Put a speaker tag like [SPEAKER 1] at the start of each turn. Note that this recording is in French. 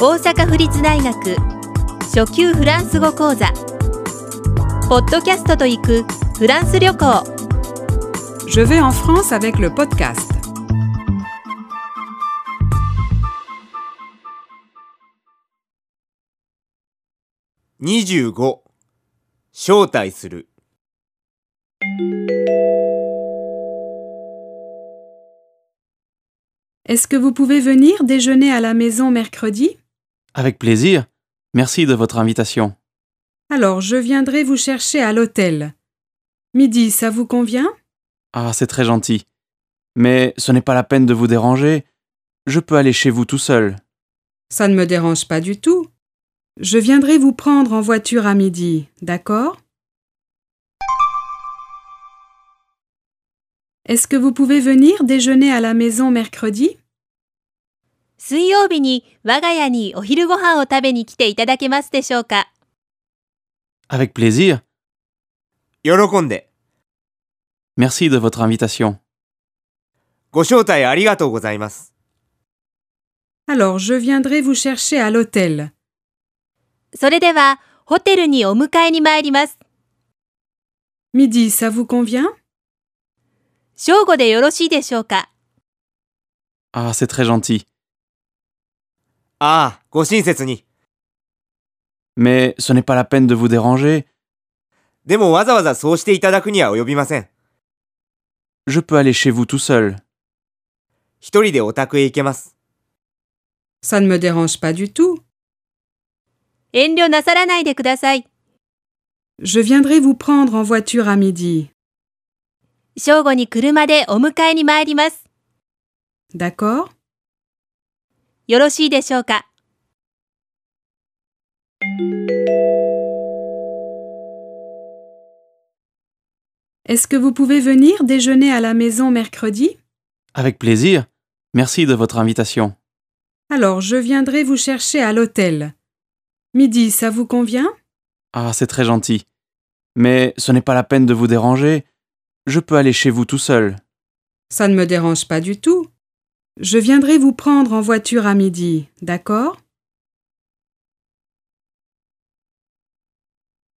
[SPEAKER 1] 大阪府立大学初級フランス語講座ポッドキャストと行くフランス旅行
[SPEAKER 2] Je vais en France avec le podcast.
[SPEAKER 3] 25招待する
[SPEAKER 2] Est-ce que vous pouvez venir déjeuner à la maison mercredi
[SPEAKER 4] Avec plaisir. Merci de votre invitation.
[SPEAKER 2] Alors, je viendrai vous chercher à l'hôtel. Midi, ça vous convient
[SPEAKER 4] Ah, c'est très gentil. Mais ce n'est pas la peine de vous déranger. Je peux aller chez vous tout seul.
[SPEAKER 2] Ça ne me dérange pas du tout. Je viendrai vous prendre en voiture à midi, d'accord Est-ce que vous pouvez venir déjeuner à la maison mercredi
[SPEAKER 1] 水曜日に我が家にお昼ご飯を食べに来ていただけますでしょうか
[SPEAKER 4] Avec plaisir.
[SPEAKER 3] 喜んで
[SPEAKER 4] Merci de votre invitation.
[SPEAKER 3] ご招待ありがとうございます
[SPEAKER 2] Alors, je viendrai vous chercher à l'hôtel.
[SPEAKER 1] それではホテルにお迎えに参ります
[SPEAKER 2] Midi, ça vous convient
[SPEAKER 1] 正午でよろしいでしょうか
[SPEAKER 4] Ah, c'est très gentil.
[SPEAKER 3] ああご親切に
[SPEAKER 4] Mais ce n'est pas la peine de vous déranger.
[SPEAKER 3] でもわざわざそうしていただくには及びません
[SPEAKER 4] Je peux aller chez vous tout seul.
[SPEAKER 3] 一人でお宅へ行けます。
[SPEAKER 2] Ça ne me dérange pas du tout.
[SPEAKER 1] 遠慮なさらないでください
[SPEAKER 2] Je viendrai vous prendre en voiture à midi,
[SPEAKER 1] 正午に車でお迎えに参ります
[SPEAKER 2] d'accord
[SPEAKER 1] よろしいでしょうか
[SPEAKER 2] Est-ce que vous pouvez venir déjeuner à la maison mercredi
[SPEAKER 4] Avec plaisir. Merci de votre invitation.
[SPEAKER 2] Alors, je viendrai vous chercher à l'hôtel. Midi, ça vous convient
[SPEAKER 4] Ah, c'est très gentil. Mais ce n'est pas la peine de vous déranger. Je peux aller chez vous tout seul.
[SPEAKER 2] Ça ne me dérange pas du tout. Je viendrai vous prendre en voiture à midi, d'accord